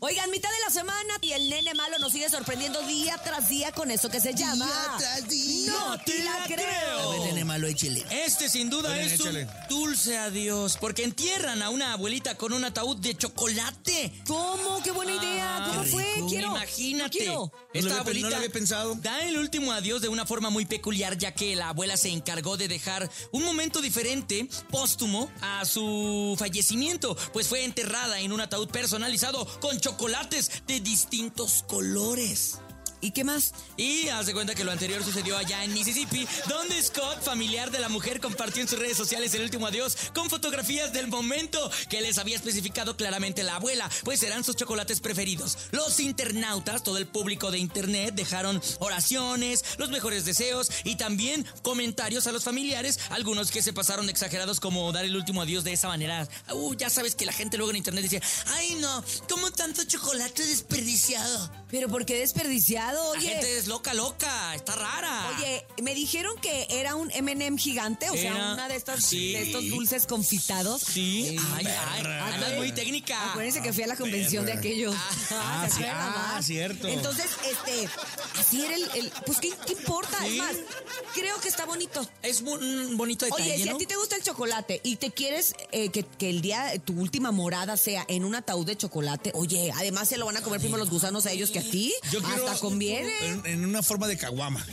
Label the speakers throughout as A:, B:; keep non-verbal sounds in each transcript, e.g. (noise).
A: Oigan, mitad de la semana y el nene malo nos sigue sorprendiendo día tras día con eso que se llama.
B: Día tras día.
A: ¡No te la creo!
B: A ver, nene malo, échele.
C: Este sin duda
B: Oigan,
C: es
B: échale.
C: un dulce adiós, porque entierran a una abuelita con un ataúd de chocolate. Ah,
A: ¿Cómo? ¡Qué buena idea! ¿Cómo
C: qué
A: fue?
C: rico.
A: Quiero. Yo
C: Imagínate.
A: quiero.
B: No lo había- no lo había pensado.
C: Da el último adiós de una forma muy peculiar, ya que la abuela se encargó de dejar un momento diferente, póstumo, a su fallecimiento, pues fue enterrada en un ataúd personalizado con chocolates de distintos colores.
A: ¿Y qué más?
C: Y haz de cuenta que lo anterior sucedió allá en Mississippi, donde Scott, familiar de la mujer, compartió en sus redes sociales el último adiós con fotografías del momento que les había especificado claramente la abuela, pues eran sus chocolates preferidos. Los internautas, todo el público de internet, dejaron oraciones, los mejores deseos y también comentarios a los familiares, algunos que se pasaron exagerados como dar el último adiós de esa manera. Uh, ya sabes que la gente luego en internet dice, ay no, como tanto chocolate desperdiciado.
A: Pero ¿por qué desperdiciado?
C: La
A: Oye,
C: gente es loca, loca, está rara.
A: oye, me dijeron que era un M&M gigante, o sea,
C: Era-
A: una de estas
C: sí.
A: de estos dulces confitados.
C: Sí, ay, ay, andas
A: pues.
C: muy técnica.
A: Acuérdense que fui a la convención de aquellos.
C: Ah,
A: (laughs) ¿se
C: sí,
A: acuerdan,
B: ah,
A: va?
B: cierto.
A: Entonces, este, así era el, el- pues qué, qué importa, es
C: Sí.
A: más, creo que está bonito.
C: Es bu- un bonito detalle,
A: Oye, si a
C: ¿no?
A: ti te gusta el chocolate y te quieres eh, que, que el día, tu última morada sea en un ataúd de chocolate, oye, además se lo van a comer primero los gusanos a ellos que a ti,
B: Yo quiero-
A: hasta conviene.
B: En, en una forma de caguama.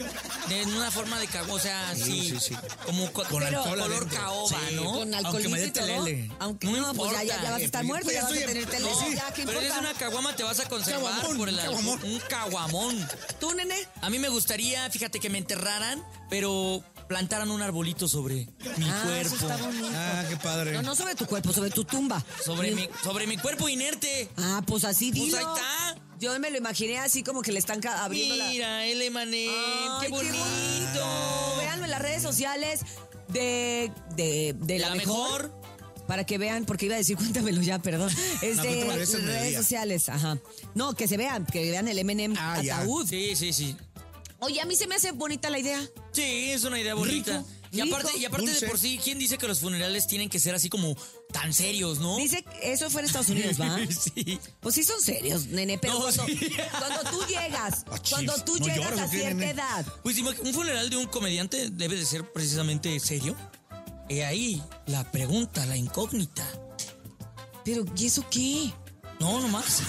C: De una forma de cago, o sea, sí,
B: sí, sí.
C: como co-
B: Con
C: pero
B: alcohol
C: color
B: adentro.
C: caoba,
B: Sí.
C: ¿no?
A: Con
B: Aunque
A: alcoholito
B: me dé
A: y todo.
B: telele.
A: Aunque
C: No
A: no, pues ya, ya, ya vas a
C: importa.
A: estar muerto,
B: Pues
A: ya
B: ya
A: vas a
B: estoy-
A: tener
C: (laughs)
A: tele.
C: No,
A: ya, ¿qué
C: pero eres
A: importa?
C: una caguama, te vas a conservar
B: Caguamón,
C: por el
B: caguamón.
C: un caguamón.
A: Tú, nene.
C: A mí me gustaría, fíjate, que me enterraran, pero plantaran un arbolito sobre mi
A: Ah, eso
C: cuerpo.
A: está bonito.
B: Ah, qué padre.
A: No, no sobre tu cuerpo, sobre tu tumba.
C: Sobre
A: Ni-
C: mi, sobre mi cuerpo inerte.
A: Ah, pues así
C: Pues
A: dilo.
C: ahí está.
A: Yo me lo imaginé así como que le están ca- abriendo la...
C: Mira, el emané,
A: Ay,
C: qué bonito.
A: Véanlo en las redes sociales de, de, de la,
C: La
A: mejor.
C: Mejor.
A: Para que vean, porque iba a decir, (laughs) cuéntamelo ya, perdón. Este,
B: cuéntamelo, es el
A: redes
B: mediodía.
A: sociales, ajá. No, que se vean, que vean el M&M
B: Ah, ya.
A: ataúd.
C: Sí, sí, sí.
A: Oye, a mí se me hace bonita la idea.
C: Sí, es una idea bonita.
A: Rico,
C: y
A: rico,
C: aparte, y aparte
B: dulce.
C: de por sí, ¿quién dice que los funerales tienen que ser así como tan serios, no?
A: Dice, que eso fue en Estados Unidos,
B: (laughs)
A: ¿va?
C: sí.
A: Pues sí son serios, nene, pero
C: No,
A: cuando,
C: sí.
A: cuando tú llegas,
B: Ah, chis,
A: cuando tú
B: ¿no
A: llegas
B: lloras
A: a
B: o qué,
A: cierta
B: nene?
A: edad,
C: Pues imag- un funeral de un comediante debe de ser precisamente serio. He ahí la pregunta, la incógnita.
A: pero ¿y eso qué?
C: No, nomás.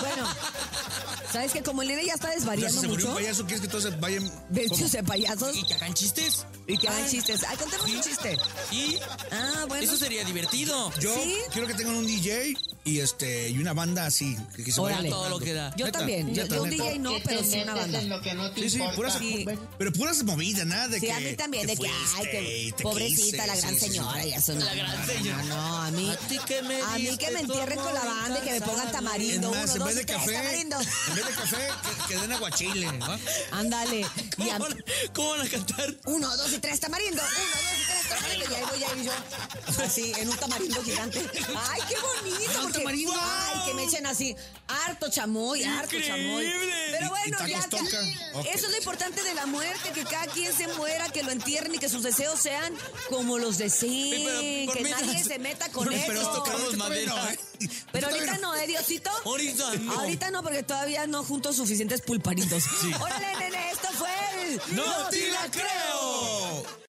A: Bueno, ¿sabes que Como el nene ya está
B: O sea, si
A: desvariando
B: se murió
A: mucho,
B: un payaso, ¿quieres que todos se vayan? ¿Cómo?
A: vestidos de payasos
C: (laughs) y que hagan chistes.
A: y que hagan
C: Ay,
A: chistes. Ay, contemos un chiste.
C: Y
A: Ah, bueno.
C: eso sería divertido.
B: Yo
A: ¿Sí?
B: quiero que tengan un DJ y este y una banda así. Que, que se
A: Órale.
B: vayan
C: Todo lo
B: tocando.
C: que da.
A: Yo
B: Neta,
A: también. Yo,
B: neta,
A: yo un
B: neta.
A: DJ no, pero sí una banda.
D: lo que no te
B: Sí, sí,
D: importa.
B: puras,
A: Sí.
B: pero puras movidas, nada de
A: Sí,
B: que.
A: a mí también,
B: que
A: de que, ay,
B: fuiste y
A: que
B: te
A: pobrecita
B: quise,
A: la gran
B: sí, sí, sí.
A: señora, ya sonó.
C: La gran
A: No,
C: señora.
A: No, no, a mí.
C: A ti que me
A: a mí
C: diste
A: que me
C: tu
A: entierren con la
C: amor
A: banda y que me pongan
C: incansable.
B: Es
A: tamarindo.
B: más,
A: uno,
B: en
A: dos
B: vez
A: y
B: de
A: tres,
B: café,
C: (laughs)
A: tamarindo.
B: en vez de café, que, que den aguachile.
A: (laughs)
B: ¿va?
A: Ándale. Y
C: ¿Cómo
A: a-
C: van- ¿Cómo van a cantar?
A: Uno, dos y tres, tamarindo. Uno, dos y tres, tamarindo. Y ahí voy a ir yo. Así, en un tamarindo gigante. ¡Ay, qué
C: Ah,
A: bonito!
B: ¿Un
A: porque-
B: tamarindo?
A: ¡Ay, que me echen así! Harto chamoy, harto chamoy.
C: Increíble.
A: Pero
B: Y-
A: bueno,
B: y tacos
A: ya.
B: toca. Ok.
A: Eso es lo importante de la muerte: que cada quien se muera, que lo entierren y que sus deseos sean como los
C: Sí, pero
A: deseen.
C: por
A: Que
C: mientras-
A: nadie se meta con
C: Pero
A: eso.
C: esto
A: Pero,
C: cada-
B: Ahorita todavía (laughs)
C: madera.
B: ¿eh?
A: ahorita
B: todavía
A: no, ¿eh, Diosito?
C: Ahorita no.
A: Ahorita no, porque todavía no junto suficientes pulparitos. Órale, nene, esto fue el.
C: ¡No te la creo!